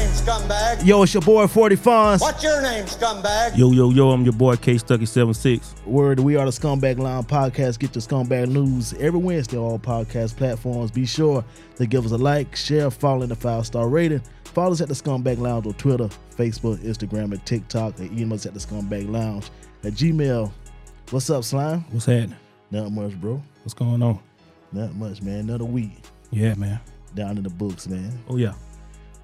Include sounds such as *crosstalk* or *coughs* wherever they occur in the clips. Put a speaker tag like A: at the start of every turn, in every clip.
A: scumbag?
B: Yo, it's your boy 40 Fonz.
A: What's your name, scumbag?
C: Yo, yo, yo, I'm your boy K Stucky 76.
B: Word, we are the Scumbag Line Podcast. Get the scumbag news every Wednesday on all podcast platforms. Be sure to give us a like, share, follow, and a five star rating. Follow us at the Scumbag Lounge on Twitter, Facebook, Instagram, and TikTok. And email us at the Scumbag Lounge at Gmail. What's up, Slime?
C: What's happening?
B: Not much, bro.
C: What's going on?
B: Not much, man. Another week
C: Yeah, man.
B: down in the books, man.
C: Oh, yeah.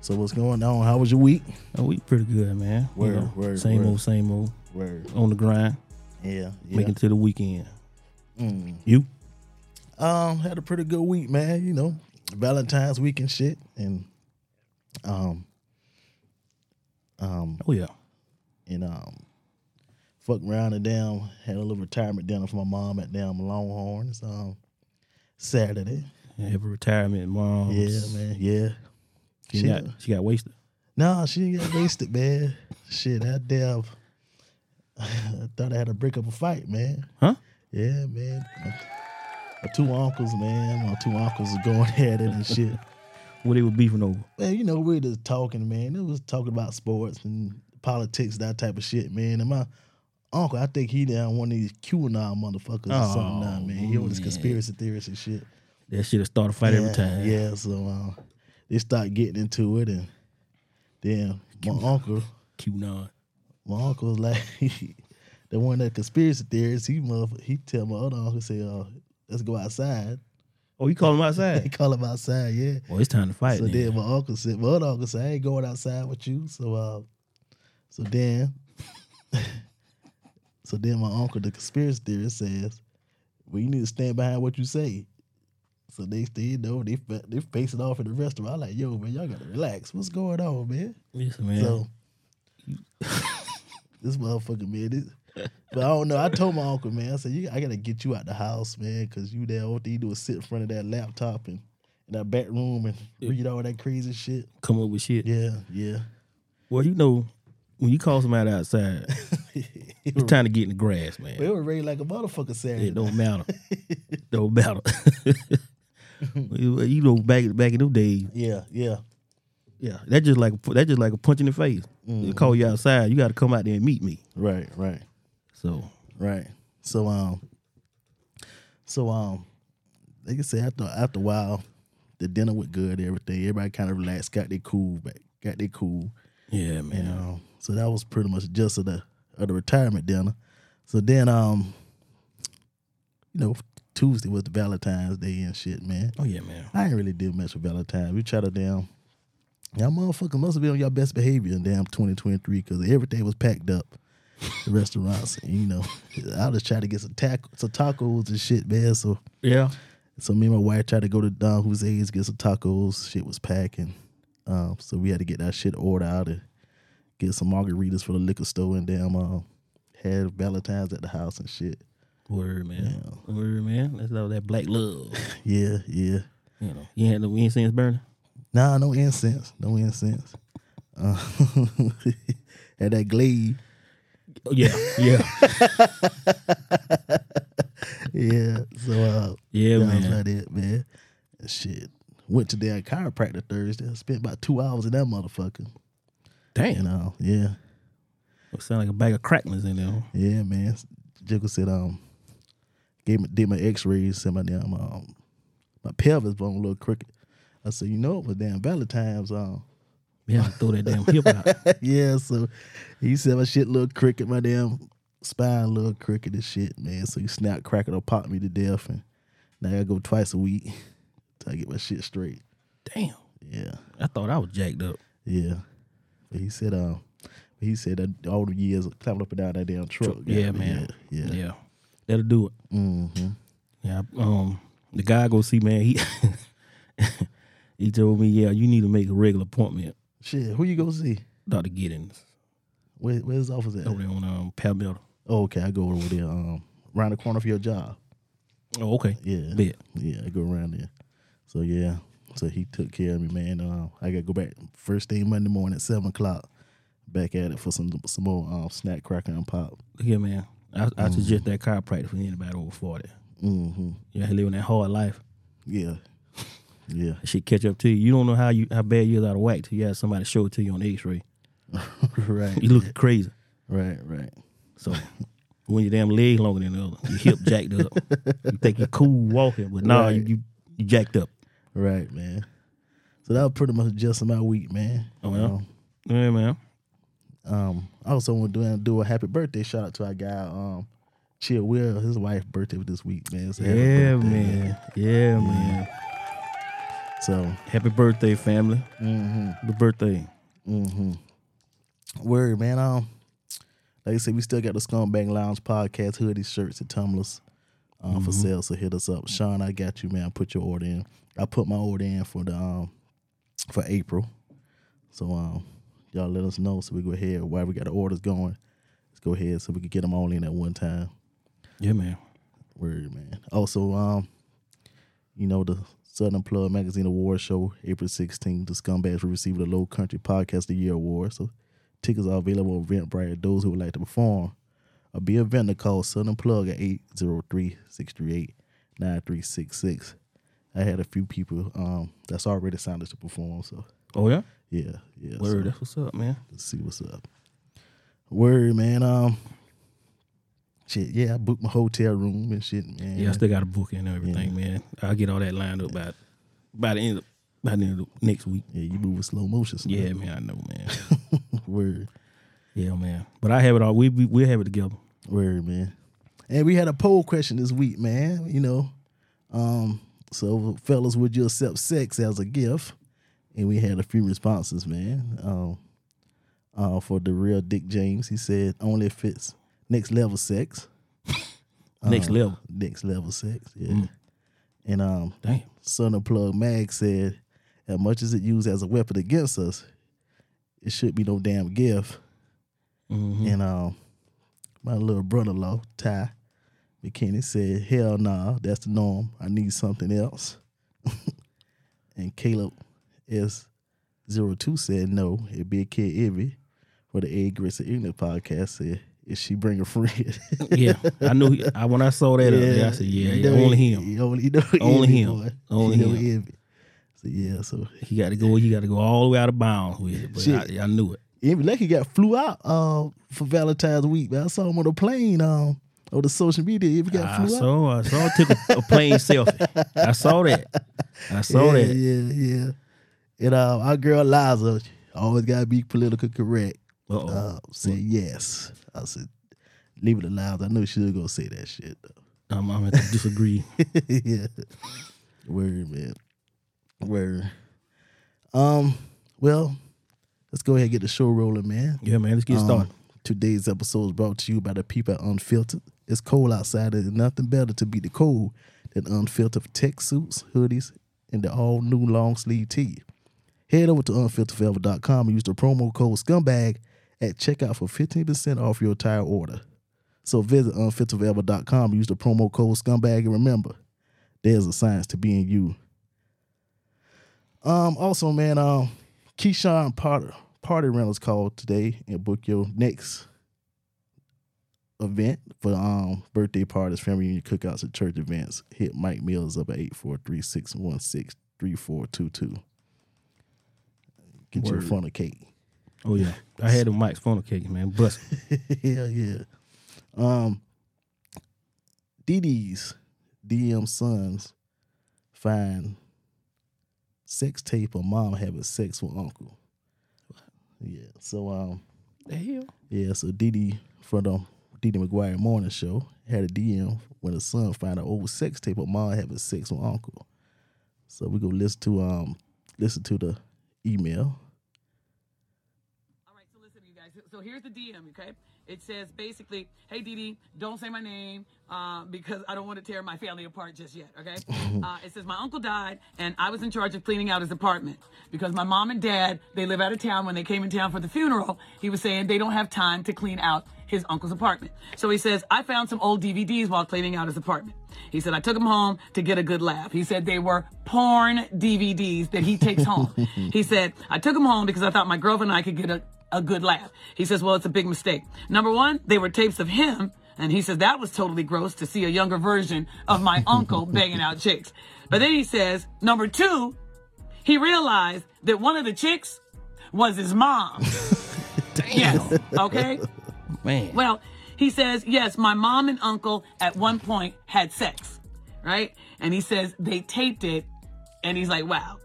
B: So what's going on? How was your week?
C: Oh, we pretty good, man. You
B: Word,
C: know,
B: word,
C: same
B: word.
C: old, same old.
B: Word.
C: On the grind,
B: Yeah. yeah.
C: making it to the weekend. You?
B: Um, had a pretty good week, man. You know, Valentine's week and shit, and um, um,
C: Oh, yeah.
B: and um, fuck around and damn had a little retirement dinner for my mom at damn Longhorns um Saturday.
C: Yeah, every retirement, mom.
B: Yeah, man. Yeah.
C: She,
B: She-
C: got, she got wasted.
B: No, she didn't get wasted, man. Shit, I damn. *laughs* I thought I had to break up a fight, man.
C: Huh?
B: Yeah, man. My, my two uncles, man. My two uncles are going *laughs* at it and shit.
C: What they were beefing over.
B: man, you know, we were just talking, man. It was talking about sports and politics, that type of shit, man. And my uncle, I think he down one of these QAnon motherfuckers or something, nah,
C: Oh,
B: man. He was
C: man.
B: conspiracy theorists and shit.
C: That shit will start a fight every
B: Yeah,
C: time.
B: Yeah, so um, they start getting into it, and then my uncle,
C: QAnon.
B: my uncle was like, *laughs* the one that conspiracy theorists, he motherf- he tell my other uncle, say, uh, let's go outside. *laughs*
C: Oh, you call him
B: They
C: outside?
B: call him outside, yeah.
C: *laughs* well, it's time to fight.
B: So
C: then.
B: then my uncle said, my other uncle said, I ain't going outside with you. So uh, so then, *laughs* so then my uncle, the conspiracy theorist, says, well, you need to stand behind what you say. So next thing you know, they fa- they facing off in the restaurant. I'm like, yo, man, y'all gotta relax. What's going on, man?
C: Listen, man.
B: So *laughs* this motherfucker, man. This, but I don't know. I told my uncle, man. I said, you, I gotta get you out the house, man, because you there. All you do is sit in front of that laptop and in that back room and read all that crazy shit.
C: Come up with shit.
B: Yeah, yeah. *laughs*
C: Well, you know, when you call somebody *laughs* outside,
B: it
C: it's time to get in the grass, man.
B: was raining like a motherfucker Saturday.
C: It don't matter. *laughs* don't matter. *laughs* you you know, back back in those days,
B: Yeah, yeah.
C: yeah, that just like that just like a punch in the face. They call you outside, you got to come out there and meet me.
B: Right, right,
C: So
B: right. So um, so um, like I said, after after a while, the dinner went good. Everything. Everybody kind of relaxed, got their cool back, got their cool.
C: yeah,
B: And um, so that was pretty much just of the of the retirement dinner. So then um, you know, Tuesday was the Valentine's Day and shit, man.
C: Oh yeah, man.
B: I ain't really do much for Valentine's. We try to damn y'all motherfuckers must have been on your best behavior in damn 2023 because everything was packed up. The restaurants, and, you know, *laughs* I just try to get some taco, some tacos and shit, man. So,
C: Yeah,
B: so me and my wife tried to go to Don Jose's get some tacos. Shit was packing, um, so we had to get that shit ordered out and get some margaritas for the liquor store and damn, uh, had Valentine's at the house and shit.
C: word man, word man. That's all that black *laughs* love.
B: Yeah, yeah.
C: you know, you ain't had no incense burning.
B: Nah, no incense. No incense. Uh, *laughs* had that glade.
C: Oh, yeah, yeah,
B: Yeah. So uh
C: *laughs* yeah,
B: that was
C: man.
B: about it, man. Shit. Went to that chiropractor Thursday. I spent about two hours in that motherfucker.
C: Damn,
B: And uh yeah.
C: it sound like a bag of cracklings in there.
B: Yeah, man. Jiggle said um gave me did my x rays, said my damn um my pelvis bone a little crooked. I said, you know it was damn Valentine's um
C: Yeah, throw that damn hip out.
B: *laughs*
C: *laughs*
B: yeah, so he said my shit little cricket, my damn spine little cricket and shit, man. So he snap crackle or pop me to death and now I gotta go twice a week till I get my shit straight.
C: Damn,
B: Yeah.
C: I thought I was jacked up.
B: Yeah. But he said um but he said that all the years of climbing up and down that damn truck. got
C: Yeah,
B: me.
C: man.
B: Yeah.
C: Yeah.
B: yeah.
C: That'll do it.
B: Mm-hmm.
C: Yeah. Um the guy I go see, man, he *laughs* he told me, yeah, you need to make a regular appointment,
B: Shit, who you go see?
C: Dr. Giddens.
B: Where where's his office at?
C: Over there on um Palmetto.
B: Oh, okay, I go over there, um around the corner for your job.
C: Oh, okay.
B: Yeah.
C: Bet.
B: Yeah, I go around there. So yeah, so he took care of me, man. Uh, I gotta go back first thing Monday morning at seven o'clock. Back at it for some some more um, snack cracker and pop.
C: Look here, man. I, I
B: Mm-hmm.
C: suggest that chiropractic for anybody over 40.
B: hmm
C: Yeah, he living that hard life.
B: Yeah, Yeah.
C: That shit catch up to you. You don't know how you how bad you're out of whack till you have somebody show it to you
B: *laughs*
C: on X-ray.
B: right.
C: You look crazy.
B: Right. Right.
C: So when your damn leg longer than the other, your hip jacked *laughs* up. You think you're cool walking, but nah, you,
B: Right.
C: you you jacked up.
B: Right, man. So that was pretty much just my week, man.
C: Oh, yeah? Yeah, man.
B: Um, um, I also want to do, do a happy birthday shout out to our guy, um, Chill Will. His wife's birthday was this week, man. So
C: Yeah,
B: happy birthday,
C: man. Yeah, man.
B: So
C: Happy birthday, family. The birthday.
B: word, man. Um, like I said, we still got the Scumbag Lounge podcast hoodies, shirts, and tumblers um, for sale. So hit us up, Sean. I got you, man. Put your order in. I put my order in for the um for April. So um, y'all let us know so we go ahead while we got the orders going. Let's go ahead so we can get them all in at one time.
C: Yeah, man.
B: Word, man. Also, um, you know, the Southern Plug Magazine Award Show, April 16th, the Scumbags will receive the Low Country Podcast of the Year Award. So tickets are available at Eventbrite. Those who would like to perform, or be a vendor, call Southern Plug at 803-638-9366. I had a few people um, that's already signed up to perform, so
C: Oh yeah.
B: yeah, yeah. so-
C: Word. That's what's up, man.
B: Let's see what's up. Word, man. Um, shit. Yeah, I booked my hotel room and shit, man.
C: Yeah, I still got a book and everything, man. I'll get all that lined up by by the end of by the end of next week.
B: Yeah, you move in slow motion. son.
C: Yeah, man. I know, man.
B: *laughs*
C: *laughs*
B: Word,
C: yeah, man. But I have it all. We we we'll have it together.
B: word, man. And we had a poll question this week, man. You know, um, so fellas, would you accept sex as a gift? And we had a few responses, man. Um, uh, for the real Dick James, he said only if it's next level sex.
C: Next level.
B: Next level sex, yeah. And um,
C: Damn.
B: Son of Plug Mag said, as much as it used as a weapon against us, it should be no damn gift.
C: Mhm.
B: And um, my little brother in law, Ty McKinney, said, Hell nah, that's the norm. I need something else. *laughs* and Caleb S02 said, No, it'd be a kid Ivy for the Ed Grits and Ignorant podcast. Said, If she bring a friend. *laughs*
C: Yeah, I knew. He, I when I saw that, up there, I said, *laughs* "Yeah, yeah, only him.
B: e- You only, you know
C: Only
B: Ivy,
C: him.
B: boy.
C: Only
B: You know
C: him.
B: Ivy. So, yeah, so
C: He got to go. He got to go all the way out of bounds with it." But
B: Shit.
C: I, I knew it.
B: Ivy Lucky got flew out uh, for Valentine's week. Man. I saw him on a plane um, on the social media. Ivy got
C: I
B: flew out.
C: saw. I saw. I took a, a plain selfie. I saw that. I saw
B: yeah,
C: that.
B: Yeah, yeah. And uh, our girl Liza always gotta be political correct.
C: Uh-oh.
B: Uh, said yes. I said, leave it to Liza. I know she'll go say that shit. Though.
C: I'm, I'm gonna have to disagree.
B: yeah. *laughs* Word, man. Word. Um. Well, let's go ahead and get the show rolling, man.
C: yeah, man. Let's get
B: Um,
C: started.
B: Today's episode is brought to you by the people at Unfiltered. It's cold outside, and there's nothing better to beat the cold than unfiltered tech suits, hoodies, and the all new long sleeve tee. Head over to unfilteredforever.com and use the promo code scumbag at checkout for 15% off your entire order. So visit unfilteredforever.com and use the promo code scumbag. And remember, there's a science to being you. Um. Also, man. Um. Keyshawn Potter Party Rentals called today and book your next event for um birthday parties, family reunion, cookouts, and church events. Hit Mike Mills up at 843-616-3422. Get your
C: Word.
B: funnel cake.
C: Oh yeah, I had the Mike's funnel cake, man. Bust. it.
B: *laughs* Hell yeah. Um DD's DM sons find sex tape of mom having sex with uncle. Yeah. So um
C: The hell.
B: yeah, so DD from the DD McGuire morning show had a DM when his son found an old sex tape of mom having sex with uncle. So we go listen to um listen to the email.
A: All right, so listen, you guys. So here's the DM, okay? It says basically, hey, Dee Dee, don't say my name uh, because I don't want to tear my family apart just yet, okay? uh, it says, my uncle died, and I was in charge of cleaning out his apartment because my mom and dad, they live out of town. When they came in town for the funeral, he was saying they don't have time to clean out his uncle's apartment. So he says, I found some old DVDs while cleaning out his apartment. He said, I took them home to get a good laugh. He said they were porn DVDs that he takes home. he said, I took them home because I thought my girlfriend and I could get a a good laugh. He says, Well, it's a big mistake. Number one, they were tapes of him And he says that was totally gross to see a younger version of my uncle banging out chicks. But then he says, number two, he realized that one of the chicks was his mom. yes. Okay.
C: Man.
A: Well, he says, yes, my mom and uncle at one point had sex, right? And he says they taped it, and he's like, wow.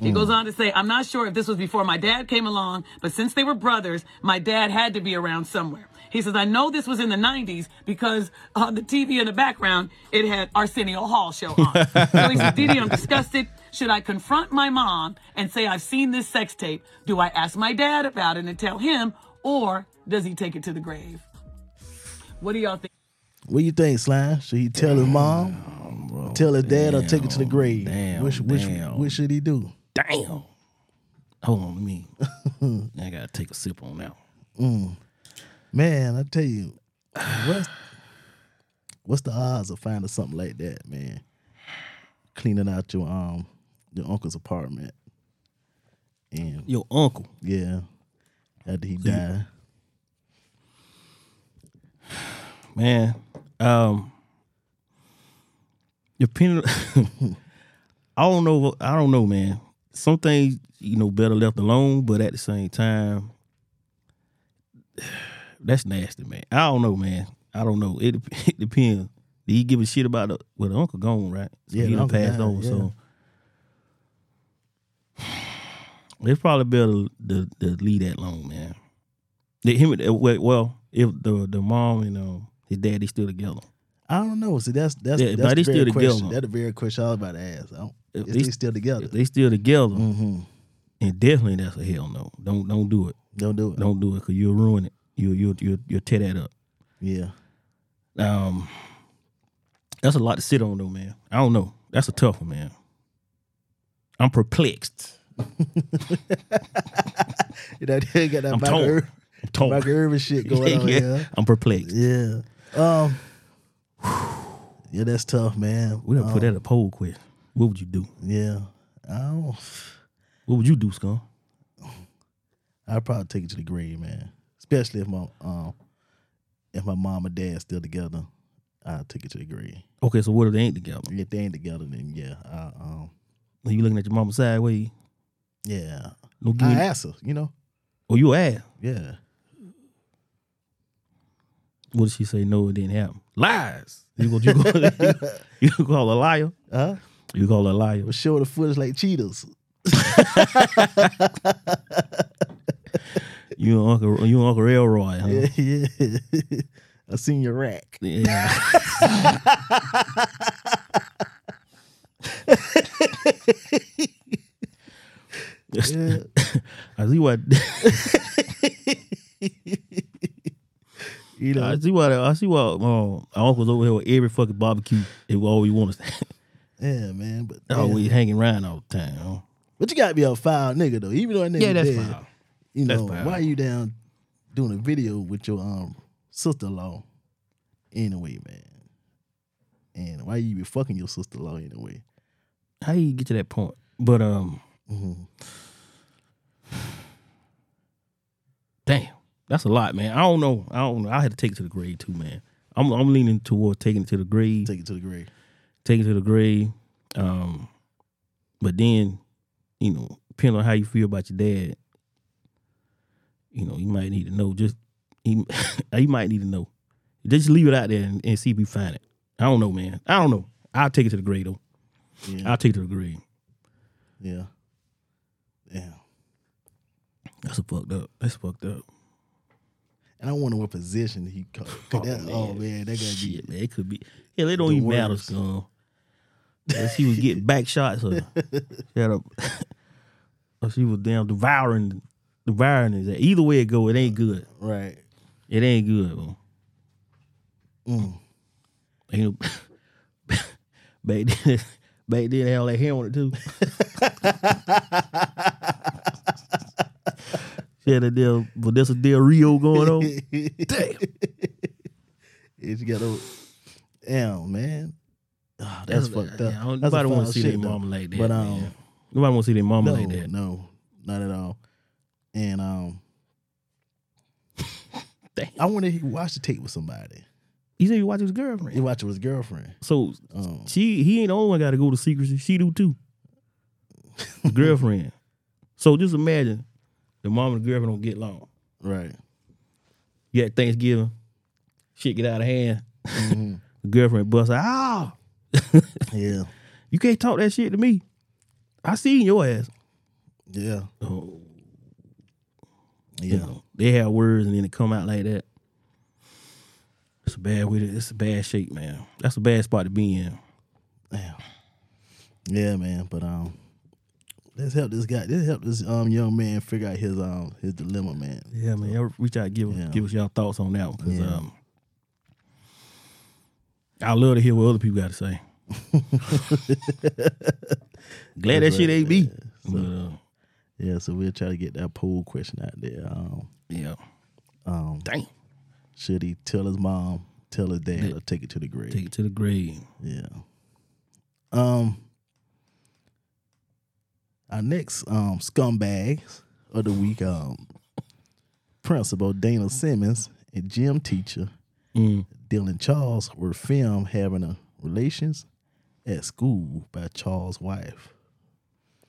A: He goes on to say, I'm not sure if this was before my dad came along, but since they were brothers, my dad had to be around somewhere. He says, I know this was in the 90s because on the TV in the background, it had Arsenio Hall show on. so he says, Didi, I'm disgusted. Should I confront my mom and say, I've seen this sex tape? Do I ask my dad about it and tell him, or does he take it to the grave? What do y'all think?
B: What do you think, Slime? Should he tell his mom,
C: bro.
B: tell his dad, or take it to the
C: Damn,
B: grave?
C: Damn.
B: which, which,
C: damn,
B: which should he do?
C: damn. Hold on, let
B: *laughs*
C: me. I gotta take a sip on now.
B: Man, I tell you, what's, what's the odds of finding something like that, man? Cleaning out your um your uncle's apartment, and
C: Your uncle.
B: yeah, after he died,
C: man. Um, your pen. *laughs* I don't know. I don't know, man. Some things you know better left alone, but at the same time, *sighs* that's nasty, man. I don't know, man. I don't know. It, dep- *laughs* it depends. Did he give a shit about the well? The uncle gone, right? So
B: Yeah,
C: he
B: the
C: done
B: uncle
C: passed
B: died,
C: over.
B: yeah.
C: So *sighs* it's probably better to, to leave that alone, man. That him, and- well, well, if the the mom and um, his daddy still together,
B: I don't know. See, that's that's
C: Yeah,
B: that's
C: but
B: the
C: they
B: very
C: still
B: question.
C: together.
B: That's the very question I was about to ask. I don't,
C: If
B: is
C: they-
B: they still together?
C: if they still together,
B: mm-hmm.
C: and definitely that's a hell no. Don't don't do it.
B: Don't do it.
C: Don't do it because you'll ruin it. You you you you'll tear that up.
B: Yeah. *laughs*
C: Um, that's a lot to sit on though, man. I don't know. That's a tough one, man. I'm perplexed.
B: You know, they got that
C: I'm
B: Michael,
C: torn.
B: Ir-
C: I'm torn.
B: Michael Irvin
C: *laughs*
B: shit going on. Yeah.
C: I'm perplexed.
B: Yeah. Um. Yeah, that's tough, man.
C: We done
B: Um,
C: put that a poll question. What would you do?
B: Yeah. I don't.
C: What would you do, Scum?
B: I'd probably take it to the grave, man. Especially if my um, if my mom and dad still together, I'd take it to the grave.
C: Okay, so what if they ain't together?
B: If they ain't together, then yeah, I um,
C: Are you looking at your mama sideways?
B: yeah,
C: No give
B: I
C: me,
B: ask her, you know,
C: or you ass?
B: yeah.
C: What did she say? No, it didn't happen. Lies. You go, you go, *laughs* you go call a liar.
B: Huh?
C: You call her a liar.
B: But show the footage like cheetahs.
C: You and Uncle, you and Uncle Elroy, huh?
B: Yeah, yeah. I seen your rack.
C: Yeah.
B: Yeah.
C: *laughs* I see why.
B: You know,
C: I see why. I see why. Um, our uncle's over here with every fucking barbecue. It was always want to.
B: yeah, man. But yeah.
C: *laughs* Always hanging around all the time. Huh?
B: But you gotta be a foul nigga though. Even though that nigga
C: Yeah, that's
B: dead,
C: foul.
B: you
C: That's
B: know,
C: foul.
B: why you down doing a video with your um sister in law anyway, man? And why you be fucking your sister in law anyway?
C: How you get to that point? But um,
B: Mhm.
C: damn, that's a lot, man. I don't know. I don't know. I had to take it to the grave too, man. I'm I'm leaning toward taking it to the grave.
B: Take it to the grave.
C: take it to the grave. Um, but then, you know, depending on how you feel about your dad, you know, you might need to know. Just he, *laughs* you might need to know. Just leave it out there and, and see if you find it. I don't know, man. I don't know. I'll take it to the grave though.
B: Yeah,
C: I'll take it to the grave.
B: yeah, yeah.
C: That's a fucked up. That's fucked up.
B: And I wonder what position he
C: *laughs*
B: caught.
C: Oh,
B: that,
C: man.
B: oh man, that gotta be.
C: Shit, man. It could be. Hell, it don't
B: The
C: even matter,
B: worst.
C: son. Unless he was getting back shots
B: *laughs*
C: or shut up. *laughs* or she was damn devouring devouring his ass. Either way it go, it ain't good.
B: Right.
C: It ain't good, bro.
B: Mm.
C: Ain't no, *laughs* back then *laughs* back then they had all that hair on
B: *laughs*
C: it too. *laughs* she had a deal Vanessa Del Rio
B: *laughs*
C: going on.
B: Damn. It's got a damn man. Ah, that's, fucked up.
C: Yeah, I don't-
B: That's a
C: nobody want
B: foul
C: to see
B: shit,
C: their
B: though.
C: mama like that.
B: But um,
C: man. nobody want to see their mama
B: no,
C: like that.
B: no, not at all. And um,
C: *laughs* Damn.
B: I wonder if he watched the tape with somebody.
C: He said he watched his girlfriend.
B: He watched with his girlfriend.
C: So
B: Um,
C: she he ain't the only one got to go to secrecy. She do too. His girlfriend. So just imagine the mom and the girlfriend don't get along.
B: right.
C: You at Thanksgiving, shit get out of hand. *laughs* the girlfriend busts out. Ah,
B: Yeah.
C: you can't talk that shit to me. I seen your ass.
B: Yeah.
C: Oh, you
B: Yeah.
C: know, they have words and then it come out like that. It's a bad way. To, it's a bad shape, man. That's a bad spot to be in.
B: Damn. Yeah, man. But um, let's help this guy. Let's help this um young man figure out his um his dilemma, man.
C: Yeah, man. y'all Reach out, give
B: Yeah.
C: give us y'all thoughts on that one, cause
B: Yeah.
C: um, I love to hear what other people got to *laughs* say. Glad that shit ain't me. But, uh,
B: Yeah. So we'll try to get that poll question out there. Um,
C: yeah.
B: um,
C: Damn.
B: should he tell his mom, tell his dad, or take it to the grave?
C: Take it to the grave.
B: Yeah. Um. Our next um scumbags of the week um principal Dana Simmons and gym teacher
C: Mm.
B: Dylan Charles were filmed having a relations at school by Charles' wife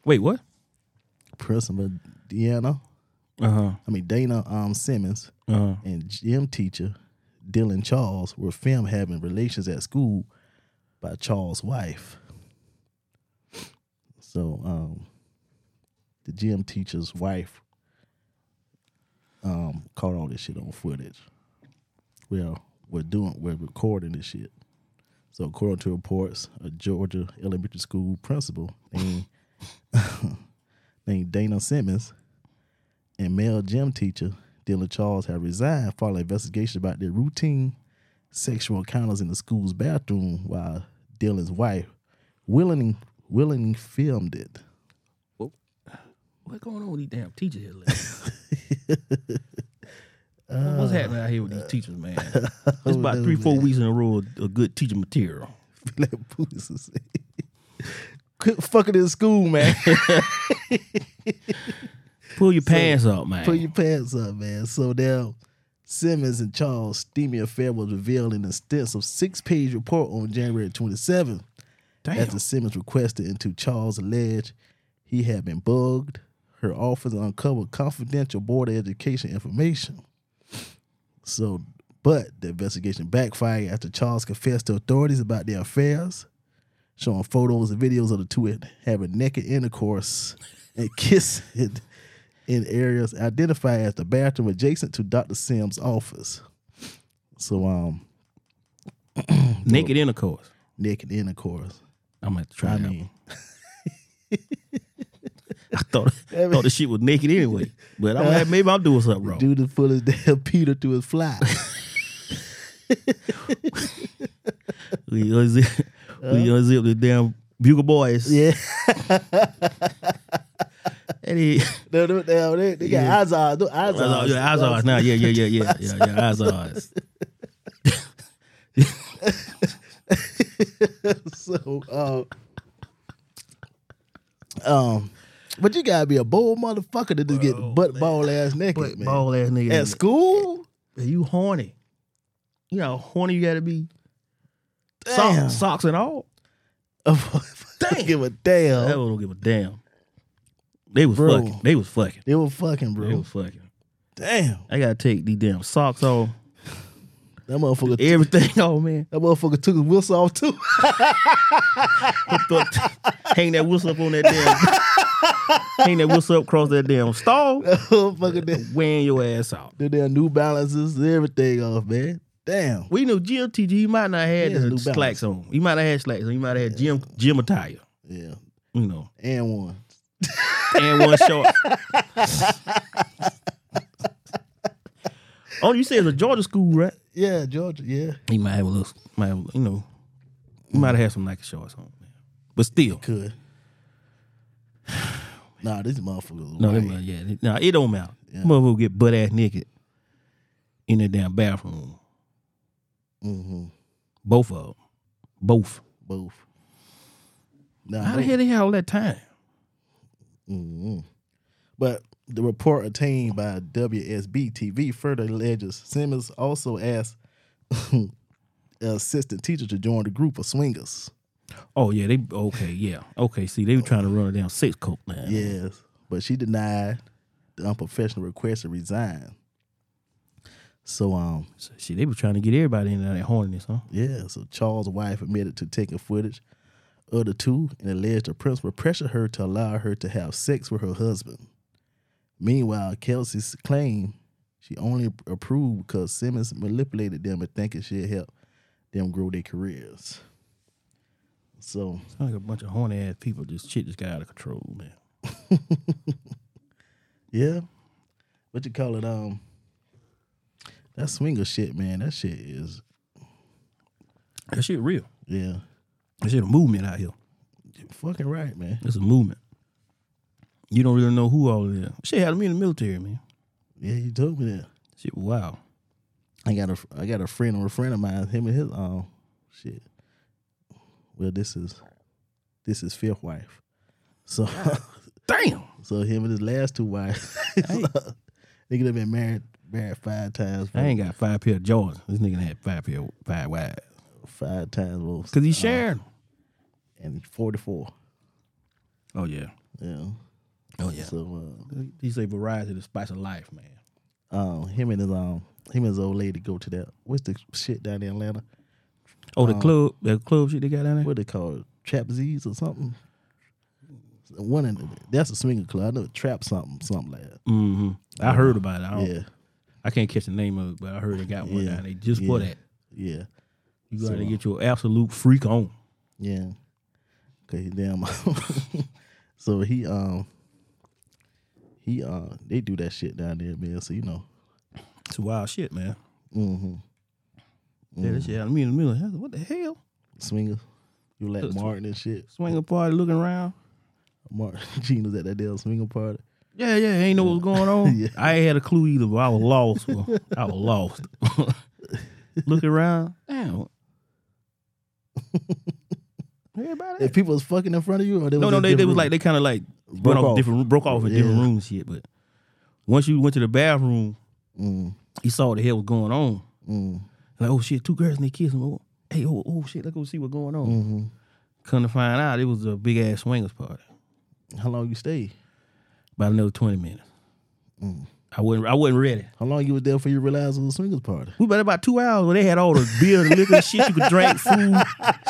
C: Wait, what?
B: principal Deanna
C: Uh huh.
B: I mean Dana um Simmons
C: Uh huh.
B: and gym teacher Dylan Charles were filmed having relations at school by Charles' wife. So um, the gym teacher's wife um, caught all this shit on footage. Well, we're doing we're recording this shit. So according to reports, a Georgia elementary school principal named *laughs* named Dana Simmons and male gym teacher Dylan Charles have resigned following investigation about their routine sexual encounters in the school's bathroom while Dylan's wife willingly willingly filmed it. *laughs*
C: What's going on with these damn teachers here? *laughs* lately? What- What's happening out here with these teachers, man? *laughs* It's about three, four *laughs* weeks in a row of of good teaching material.
B: Like Buddhists is- *laughs* Quit fucking in school, man.
C: Pull your pants up, man.
B: Put your pants up, man. So now Simmons and Charles' steamy affair was revealed in an extensive six-page report on January 27th.
C: Damn.
B: after Simmons requested into Charles alleged he had been bugged. Her office uncovered confidential board of education information. So, but the investigation backfired after Charles confessed to authorities about their affairs, showing photos and videos of the two having naked intercourse and *laughs* kissing in areas identified as the bathroom adjacent to Dr. Sims' office. So, um,
C: Naked intercourse.
B: naked intercourse.
C: I'm gonna try
B: I
C: that.
B: mean,
C: one. *laughs* I thought I thought the shit was naked anyway, but I'm like, maybe I'm doing something wrong.
B: Dude, the *laughs* fullest damn Peter to his fly.
C: We unzip, we unzip the damn bugle boys.
B: Yeah.
C: And *laughs* he,
B: No, no, no, *laughs* they, they got
C: Yeah.
B: eyes on. No, eyes
C: Eyes
B: on.
C: on- yeah, eyes on us now. Yeah, yeah, yeah, yeah, yeah, yeah. *laughs* Eyes on us.
B: So, um, um, but you gotta be a bold motherfucker to just get butt ball ass naked, man.
C: Ball ass nigga.
B: At school, *laughs*
C: You horny. You know how horny you gotta be.
B: Damn.
C: Socks, socks and all.
B: don't give a damn.
C: That one don't give a damn. They was
B: Bro.
C: fucking. They was fucking.
B: They were fucking,
C: They
B: bro.
C: was fucking.
B: Damn,
C: I gotta take these damn socks *laughs* off.
B: that motherfucker.
C: Everything *laughs* off, man.
B: that motherfucker took his whistle off too. *laughs*
C: Thought- *laughs* hang that whistle up on that damn. *laughs* hang that whistle up across that damn stall.
B: motherfucker, did-
C: Wearing your ass out.
B: did their New Balances, everything off, man. Damn.
C: We know GMTG. He might not have
B: Yeah,
C: had
B: New
C: the slacks on. He might have had slacks on. He might have had gym gym attire.
B: Yeah,
C: You know,
B: and one.
C: and one *laughs* short. oh, you said it's a Georgia school, right?
B: Yeah, Georgia. Yeah,
C: He might have a little. Might have, you know, he might have had some Nike shorts on. man. But still,
B: could. *sighs* Nah, this motherfucker.
C: no,
B: No,
C: they might- yeah, they- nah, it don't matter. Motherfucker get butt ass naked in the damn bathroom.
B: mm-hmm.
C: Both of them. Both.
B: both. Nah,
C: How
B: no-
C: the hell they had all that time?
B: Mhm. But the report obtained *laughs* by WSB TV further alleges Simmons also asked assistant teacher to join the group of swingers.
C: Oh yeah, they okay, yeah. Okay, see, they were trying to run her down six coke now.
B: Yes, but she denied the unprofessional request and resigned. So um,
C: So, see, they were trying to get everybody in that horniness, huh?
B: Yeah, so Charles' wife admitted to taking footage of the two and alleged the principal pressured her to allow her to have sex with her husband. Meanwhile, Kelsey's claim she only approved because Simmons manipulated them and thinking she'd help them grow their careers. So,
C: Sound like a bunch of horny ass people. Just shit just got out of control, man.
B: yeah, what you call it? Um, that swinger shit, man. That shit is,
C: That shit real.
B: yeah,
C: That shit a movement out here.
B: you're fucking right, man.
C: It's a movement. You don't really know who all it is. Shit had me in the military, man.
B: Yeah, you told me that.
C: Shit, wow.
B: I got a I got a friend or a friend of mine. Him and his um shit. Well, this is this is fifth wife. So
C: Damn.
B: *laughs* so him and his last two wives. *laughs* they could have been married married five times.
C: I ain't got five pair of Jordans. This nigga had five pair, five wide.
B: Five times both.
C: Cause he's sharing.
B: and forty four.
C: Oh yeah.
B: Yeah.
C: Oh yeah.
B: So
C: He say variety, the spice of life, man.
B: uh, um him and his um him and his old lady go to that what's the shit down in Atlanta?
C: Oh, the club, the club shit they got down there.
B: Uh, What they call it? Trap Z's or something? One in the, that's a swinger club. I know trap something, something like that.
C: Mm-hmm. I heard about it. I, don't,
B: Yeah.
C: I can't catch the name of it, but I heard they got one
B: Yeah.
C: down there just for
B: Yeah. uh,
C: that.
B: Yeah,
C: You got to get your absolute freak on.
B: yeah. Cause he damn. *laughs* so he um he uh they do that shit down there, man. So you know,
C: It's wild shit, man.
B: hmm Mm.
C: Yeah, that shit out of me in the middle. I was like, What the hell?
B: swinger. You
C: *laughs*
B: like
C: Look, sw-
B: Martin and shit.
C: Swinging party, looking around.
B: Martin *laughs* Gene was at that damn swinger party.
C: Yeah, yeah, ain't know what's going
B: *laughs*
C: on.
B: Yeah.
C: I ain't had a clue either, but I was
B: *laughs*
C: lost. bro. I was lost. *laughs* Look around.
B: *laughs*
C: Damn. Everybody.
B: If people was fucking in front of you, or they
C: no,
B: was
C: no,
B: in
C: they, they
B: different
C: was like
B: rooms?
C: they kind of like broke
B: Broke
C: went off,
B: off.
C: different, broke off in different
B: Yeah.
C: rooms, and shit. But once you went to the bathroom,
B: Mm,
C: you saw what the hell was going on.
B: mm,
C: Like, oh shit, two girls and they kissing. Oh, hey, oh, oh shit, let's go see what's going on.
B: mhm.
C: Come to find out, it was a big ass swingers party.
B: How long you stay?
C: About another twenty minutes.
B: Mm.
C: I wasn't, I wasn't ready.
B: How long you was there before you realized it was a swingers party?
C: We about about two hours where they had all the beer, the liquor, shit you could drink, food.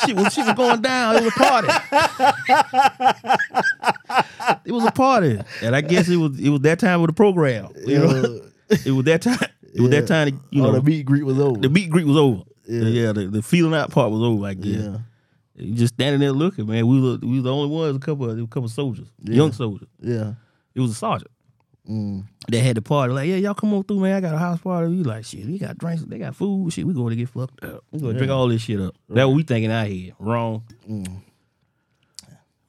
C: Shit was shit was going down. It was a party. it was a party, and I guess it was it was that time of the program. You know, it was that time. It was that time. You
B: oh,
C: know,
B: the meet and greet was over.
C: the meet greet was over.
B: Yeah.
C: Yeah, the, the feeling out part was over. I
B: yeah.
C: guess. You Just standing there looking, man. We was we was the only ones. A couple of, a couple of soldiers, young soldiers.
B: yeah,
C: It was a sergeant.
B: Mm.
C: They had the party. Like, yeah, y'all come on through, man. I got a house party. We like, shit, we got drinks. They got food. Shit, we going to get fucked up. We going to drink all this shit up. That what we thinking out here. Wrong.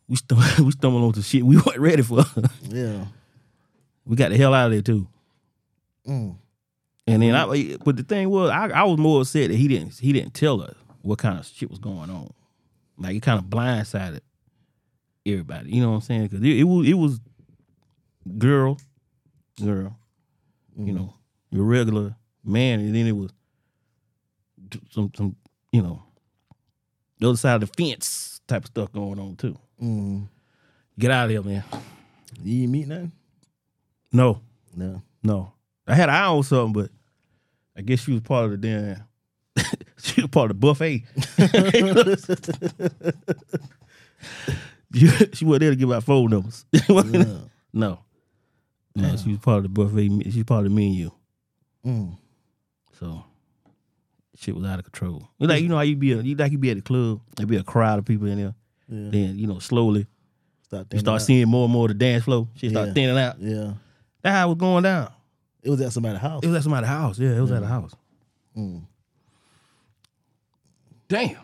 C: We stum- *laughs* we stumbled onto shit we weren't ready for.
B: yeah.
C: we got the hell out of there too.
B: Mm.
C: And then I, but the thing was, I, I was more upset that he didn't he didn't tell us what kind of shit was going on. Like it kind of blindsided everybody. You know what I'm saying? Because it, it was it was girl, girl, you know, your regular man, and then it was t- some some you know the other side of the fence type of stuff going on too.
B: Mm.
C: Get out of there, man.
B: You ain't meet nothing?
C: No,
B: No.
C: No. I had an eye on something, but I guess she was part of the damn *laughs* she was part of the buffet. *laughs* she wasn't there to give out phone numbers. *laughs*
B: Yeah.
C: no. No, she was part of the buffet me- she's part of the menu.
B: Mm.
C: So shit was out of control. It's Like you know how you be a, you like you be at the club, there be a crowd of people in there.
B: Yeah.
C: Then, you know, slowly
B: Start
C: you
B: thinking
C: start
B: about-
C: seeing more and more of the dance floor. Shit start
B: Yeah.
C: thinning out.
B: Yeah.
C: That's how it was going down.
B: It was at somebody's house.
C: It was at somebody's house. Yeah, it was at a house.
B: Mm.
C: Damn.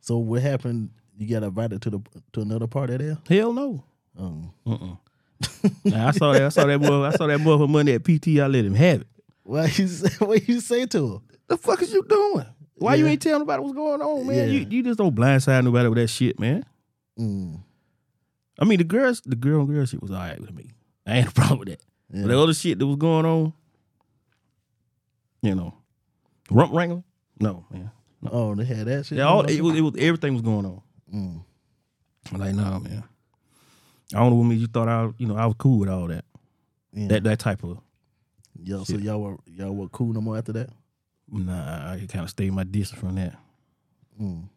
B: So what happened? You got invited to the to another party there?
C: Hell no.
B: Um,
C: Mm-mm. Nah, I saw that. I saw that. Mother, I saw that motherfucker money at PT. I let him have it.
B: what you say, *laughs* what you say to him?
C: The fuck is you doing? Why you
B: Yeah.
C: ain't telling nobody what's going on, man?
B: Yeah.
C: You you just don't blindside nobody with that shit, man.
B: Mm.
C: I mean, the girls, the girl and girl shit was all right with me. I ain't a *laughs* problem with that. But
B: Yeah.
C: the other shit that was going on, you know, rump wrangling. No, man,
B: Oh, they had that shit.
C: Yeah, all
B: going
C: it
B: on?
C: was, it was everything was going on.
B: Mm.
C: I'm like, nah, man. I don't know what means you thought I, you know, I was cool with all that.
B: Yeah.
C: That that type of
B: Yo, so
C: shit.
B: y'all were y'all were cool no more after that.
C: nah. I kind of stayed my distance from that.
B: Mm.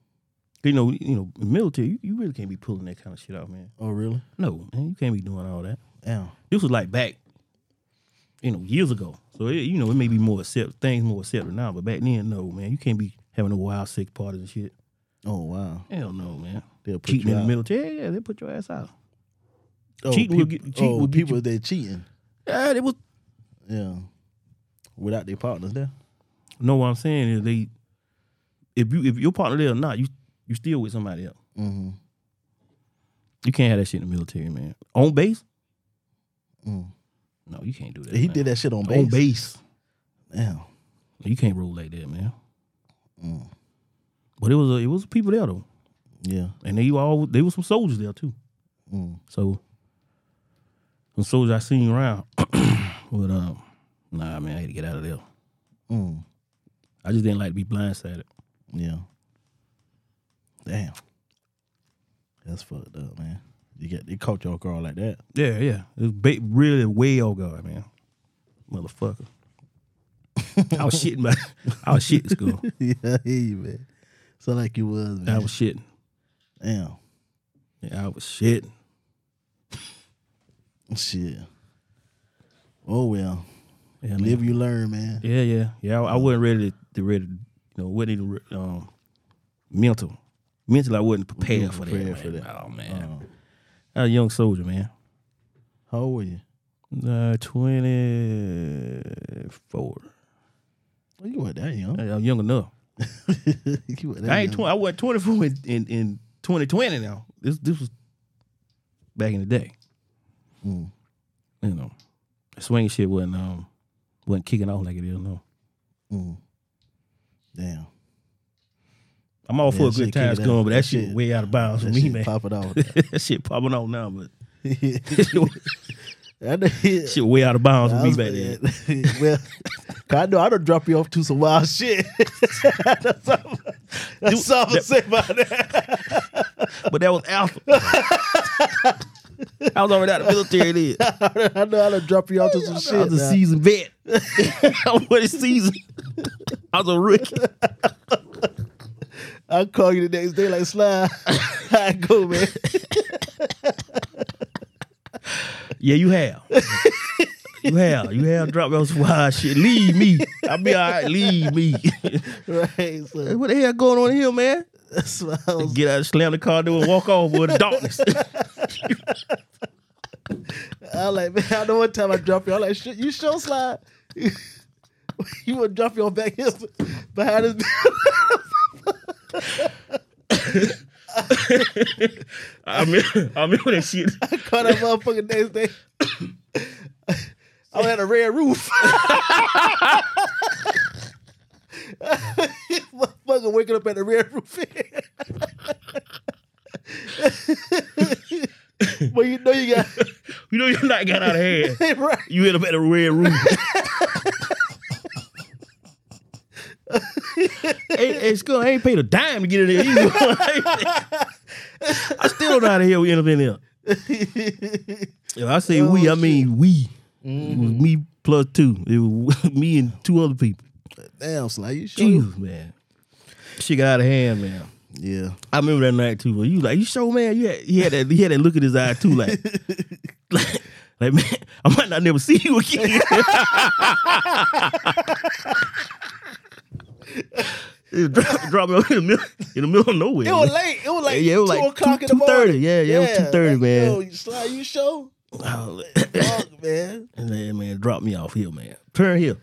C: You know, you know, in military, you, you really can't be pulling that kind of shit out, man.
B: Oh, really?
C: No, man, you can't be doing all that.
B: Damn.
C: This was like back, you know, years ago. So it, you know, it may be more accept things more accepted now, but back then, no, man, you can't be having a wild sex parties and shit.
B: Oh, wow.
C: Hell no, man.
B: They'll put
C: Cheating
B: you
C: in the
B: out.
C: military, yeah, yeah, they put your ass out.
B: Oh,
C: Cheating will get- cheating
B: oh,
C: will get
B: people that cheating.
C: Yeah, they was
B: Yeah. Without their partners there.
C: No, what I'm saying is they, if you if your partner there or not, you you still with somebody else.
B: Mm-hmm.
C: You can't have that shit in the military, man. On base?
B: Mm.
C: No, you can't do that.
B: He
C: man.
B: did that shit on base.
C: on base.
B: Damn.
C: You can't roll like that, man.
B: Mm.
C: But it was a, it was people there though,
B: Yeah.
C: and they were all they were some soldiers there too.
B: Mm.
C: So some soldiers I seen around, *coughs* but um, nah, man, I had to get out of there.
B: Mm.
C: I just didn't like to be blindsided.
B: Yeah. Damn. That's fucked up, man. You get they caught your car like that. *laughs*
C: Yeah, yeah, it was ba- really way old guard, man,
B: *laughs*
C: motherfucker. I was shitting, my, I was shitting school.
B: yeah, I hear you, man. So like you was, man.
C: I was shitting.
B: Damn.
C: Yeah, I was shitting.
B: Shit. Oh well.
C: Yeah, man.
B: Live you learn, man.
C: yeah, yeah, yeah. I, I wasn't ready to, to ready. To, you know, wasn't even re- um, mental. Mentally, I wasn't prepared,
B: wasn't
C: for,
B: prepared
C: that,
B: for
C: man.
B: that.
C: Oh man,
B: Uh,
C: I was a young soldier, man.
B: how old were you?
C: Uh, Twenty-four.
B: Well, Oh, You weren't that young. *laughs*
C: Hey, I'm young enough.
B: you weren't that
C: I ain't
B: young.
C: twenty. I was twenty-four in, in in twenty twenty. Now this this was back in the day.
B: Mm.
C: You know, swing shit wasn't um wasn't kicking off like it is now.
B: Mm. Damn.
C: I'm all
B: Yeah,
C: for a
B: that
C: good
B: shit
C: time
B: kick it
C: school,
B: out.
C: but that,
B: That
C: shit,
B: shit-
C: way out of bounds for
B: That
C: me,
B: shit
C: man.
B: pop it *laughs* off.
C: *laughs* that shit popping off now, but *laughs*
B: I know-
C: shit way out of bounds
B: I
C: with me
B: was-
C: back then.
B: *laughs* well, 'cause I know I done drop you off to some wild shit. *laughs* that's all, that's all I'm gonna say about that.
C: But that was alpha. I was already out of the
B: *laughs*
C: military then.
B: *laughs* I know Oh, I done drop you off to
C: I
B: some
C: was
B: shit.
C: a
B: now.
C: seasoned vet.
B: *laughs*
C: *laughs* I was seasoned. *laughs* I was a rookie.
B: I call you the next day like *laughs* slide. I go, man. *laughs*
C: Yeah, you have. You have. You have dropped those wild shit. Leave me. I'll be all right. Leave me.
B: Right. So
C: what the hell going on here, man?
B: that's why I was
C: Get out, slam the car door, and walk off with the darkness.
B: I like, man, I know one time I dropped you. I'm like, shit, you show slide. *laughs* you would drop your back here behind *laughs* his
C: I remember, I remember that shit.
B: car that motherfucking next day. I had a red roof. motherfucker waking up at the red roof. *laughs* but you know you got
C: You know, you not got out of hand.
B: it right.
C: You end up at a red room. hey, hey, school, I ain't paid a dime to get in there either. *laughs* I still don't know how the hell we end up in there. If I say we, I mean we. It was me plus two. It was *laughs* me and two other people.
B: Damn, Sly, you sure?
C: Jeez, man. She got out of hand, man.
B: Yeah.
C: I remember that night too. Where you like, you sure, man? You had, he had that, he had that look in his eye too,
B: *laughs*
C: like, like, like, man, I might not never see you again. *laughs* It dropped, dropped me off in the middle, in the middle of nowhere.
B: It was
C: man.
B: late. It was like
C: Yeah, it was
B: two
C: like
B: o'clock
C: two-
B: in the morning.
C: 2:30. Yeah, yeah, it was 2:30,
B: like,
C: man.
B: Yo, Sly, you sure?
C: Oh,
B: Fuck, man.
C: and then, *laughs* man, dropped me off here, man. Turn
B: *laughs*
C: here.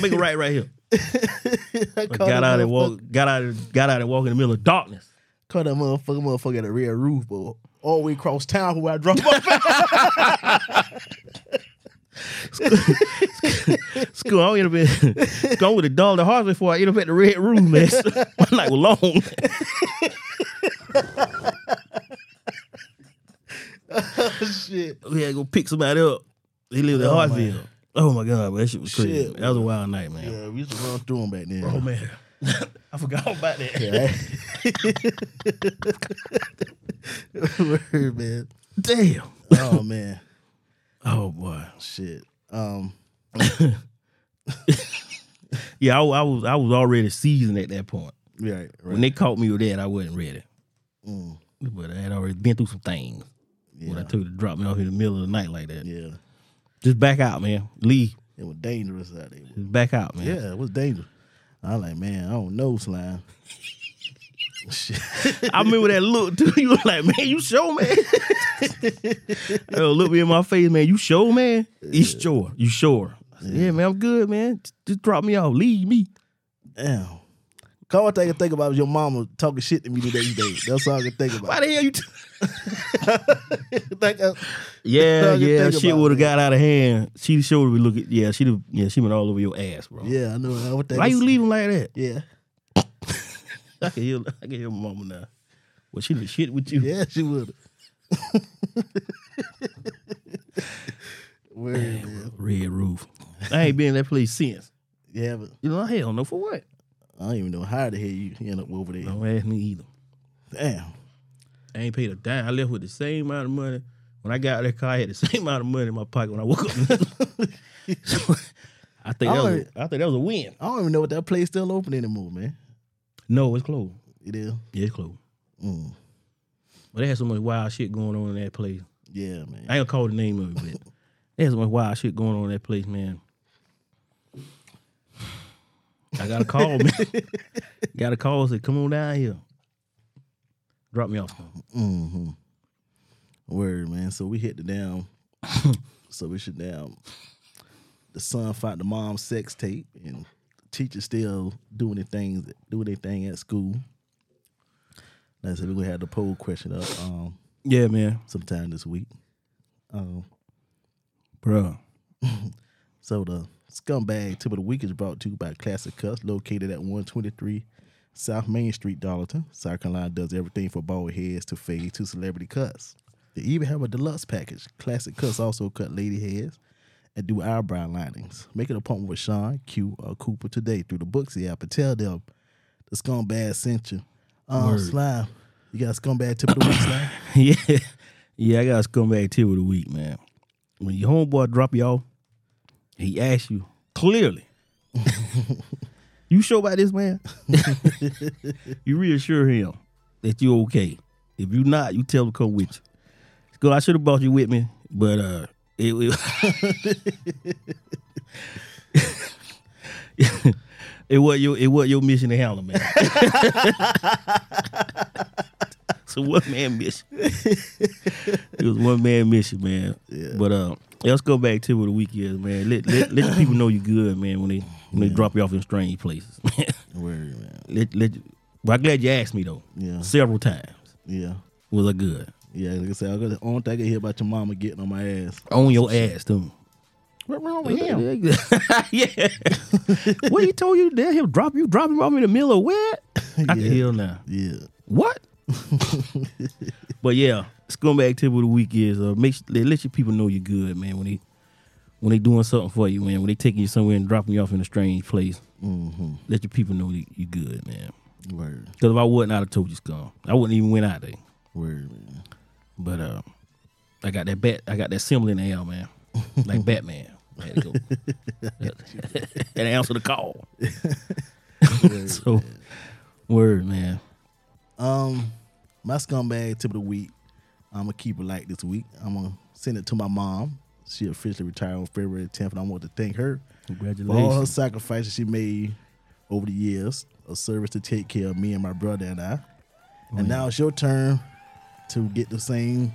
C: Make a right right here.
B: I
C: I
B: caught
C: got
B: that
C: out
B: motherfucker-
C: and walk. Got out. and- Got out and walk in the middle of darkness.
B: Caught that motherfucker, motherfucker at the rear roof, but all the way across town from where I dropped off.
C: *laughs*
B: at.
C: School, I ended up *laughs* in, going with the dog the horse before I ended up at the red room, *laughs* man. My night was long.
B: Shit.
C: we had to go pick somebody up. They lived in
B: Oh,
C: Hartsville.
B: man.
C: Oh my god, that shit was crazy.
B: Shit,
C: that was a wild night, man.
B: Yeah, we used to run through them back then.
C: Oh man, *laughs* I forgot about that.
B: Yeah. *laughs* Word, man.
C: *laughs* Damn.
B: Oh man.
C: Oh boy.
B: Shit. Um.
C: Yeah, I, I was I was already seasoned at that point.
B: Right.
C: When
B: Right.
C: they caught me with that, I wasn't ready.
B: Mm,
C: But I had already been through some things. When I
B: yeah.
C: took to drop me off in the middle of the night like that.
B: Yeah.
C: Just back out, man. Lee,
B: It was dangerous out there.
C: just back out, man.
B: Yeah, it was dangerous. I like, man, I don't know slime. Shit.
C: I remember that look too. *laughs* You was like, man, you sure, *laughs* man. Yo, look me in my face, man. You sure, man? You sure? You sure? I said, yeah, man. I'm good, man. Just- Just drop me off. Leave me.
B: Damn. All I can think about is your mama talking shit to me today. day. That's all I can think
C: Why
B: about.
C: the hell you? T- *laughs*
B: Like, uh,
C: yeah,
B: all you
C: yeah.
B: think
C: Shit
B: about,
C: would have
B: man.
C: got out of hand. She sure would be looking. Yeah, she'd have. Yeah, she went all over your ass, bro.
B: yeah, I know. I would think
C: Why you
B: it's-
C: leave him like that?
B: Yeah.
C: I can hear. I can hear my mama now. Well, she the shit with you.
B: Yeah, she would. *laughs* Word, man.
C: Red roof. I ain't been in that place since.
B: Yeah, but
C: You know, hell no, for what?
B: I don't even know how the hell you end up over there.
C: Don't ask me either.
B: Damn.
C: I ain't paid a dime. I left with the same amount of money. When I got out of that car, I had the same amount of money in my pocket when I woke up. *laughs* So, I think that was, I think that was a win.
B: I don't even know if that place still open anymore, man.
C: No, it's closed.
B: It is.
C: Yeah, it's closed.
B: Mm.
C: But they had so much wild shit going on in that place.
B: Yeah, man.
C: I ain't gonna call the name of it, but they had so much wild shit going on in that place, man. I got a call, man. *laughs* got a call, said, come on down here. Drop me off.
B: hmm Word, man. So we hit the damn. so we should damn. The son fought the mom sex tape, and teachers still doing their things, doing their thing at school. Like I said, we're gonna have the poll question up um,
C: Yeah, man.
B: sometime this week. Um,
C: Bro.
B: so the scumbag tip of the week is brought to you by Classic Cuts, located at 123 South Main Street, Darlington. South Carolina does everything from bald heads to fade to celebrity cuts. They even have a deluxe package. Classic Cuts also cut lady heads and do eyebrow linings. Make an appointment with Sean, Q, or Cooper today through the Booksy app and tell them the scumbag sent you. Um, Slime, you got a scumbag tip of the week, Slime?
C: *laughs* yeah, yeah, I got a scumbag tip of the week, man. When your homeboy drop you off, he asks you clearly, *laughs* "You sure about this, man?" *laughs* you reassure him that you okay. If you not, you tell him to come with you. Go. I should have brought you with me, but uh, it, it, *laughs* it was your it was your mission to handle, man. *laughs* So one man mission. it was one man mission, man. But uh, let's go back to what the week is, man. Let let, let the people know you good, man. When they when they drop you off in strange places,
B: *coughs*
C: *laughs*
B: Word, man.
C: let let. Well, I'm glad you asked me though.
B: Yeah.
C: Several times
B: Yeah.
C: was I good
B: Yeah, like I said, I got the only thing I can hear about your mama getting on my ass.
C: on your ass too.
B: What wrong
C: *laughs* yeah. *laughs* what he told you there? He'll drop you, drop him off in the middle of where? I
B: *laughs*
C: can
B: Yeah.
C: hear now.
B: Yeah.
C: What? *laughs* but yeah, scumbag tip of the week is uh, make they let your people know you're good, man. When they when they doing something for you, man. When they taking you somewhere and dropping you off in a strange place,
B: Mm-hmm.
C: let your people know you- you good, man.
B: Word,
C: Because if I wasn't, I'd have told you scum. I wouldn't even went out there.
B: word, man.
C: But uh, I got that bat. I got that symbol in the air, man. Like Batman. I had to go. and answer the call. *laughs* so, word, man.
B: Um, my scumbag tip of the week. I'm gonna keep it light this week. I'm gonna send it to my mom. She officially retired on February 10th, and I want to thank her for all her
C: Congratulations.
B: sacrifices she made over the years of service to take care of me and my brother and I.
C: Oh,
B: and now it's your turn to get the same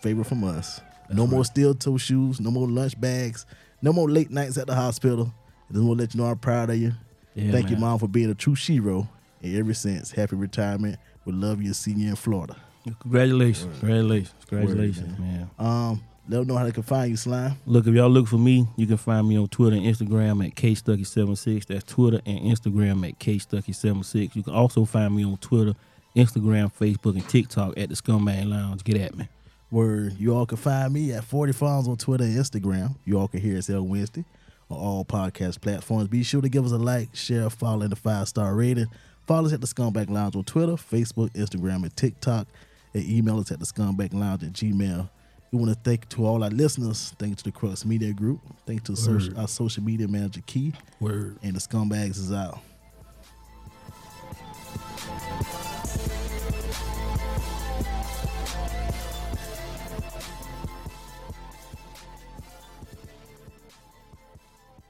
B: favor from us. no more steel toe shoes, no more lunch bags, no more late nights at the hospital. I just want to let you know I'm proud of you.
C: Yeah,
B: Thank you,
C: man.
B: mom, for being a true shero in every sense. Happy retirement. We love you, senior in Florida.
C: Congratulations. Congratulations. Congratulations, man.
B: Um, let them know how they can find you, slime.
C: Look, if y'all look for me, you can find me on Twitter and Instagram at kstucky76. That's Twitter and Instagram at kstucky76. You can also find me on Twitter, Instagram, Facebook, and TikTok at the Scumbag Lounge. Get at me.
B: Where you all can find me at 40 Farms on Twitter and Instagram. You all can hear us every Wednesday. on all podcast platforms. Be sure to give us a like, share, follow, and a five star rating. Follow us at the Scumbag Lounge on Twitter, Facebook, Instagram, and TikTok. And email us at the Scumbag Lounge at Gmail. We want to thank to all our listeners. Thank you to the Crux Media Group. Thank you to social, our social media manager Key.
C: Word.
B: And the Scumbags is out.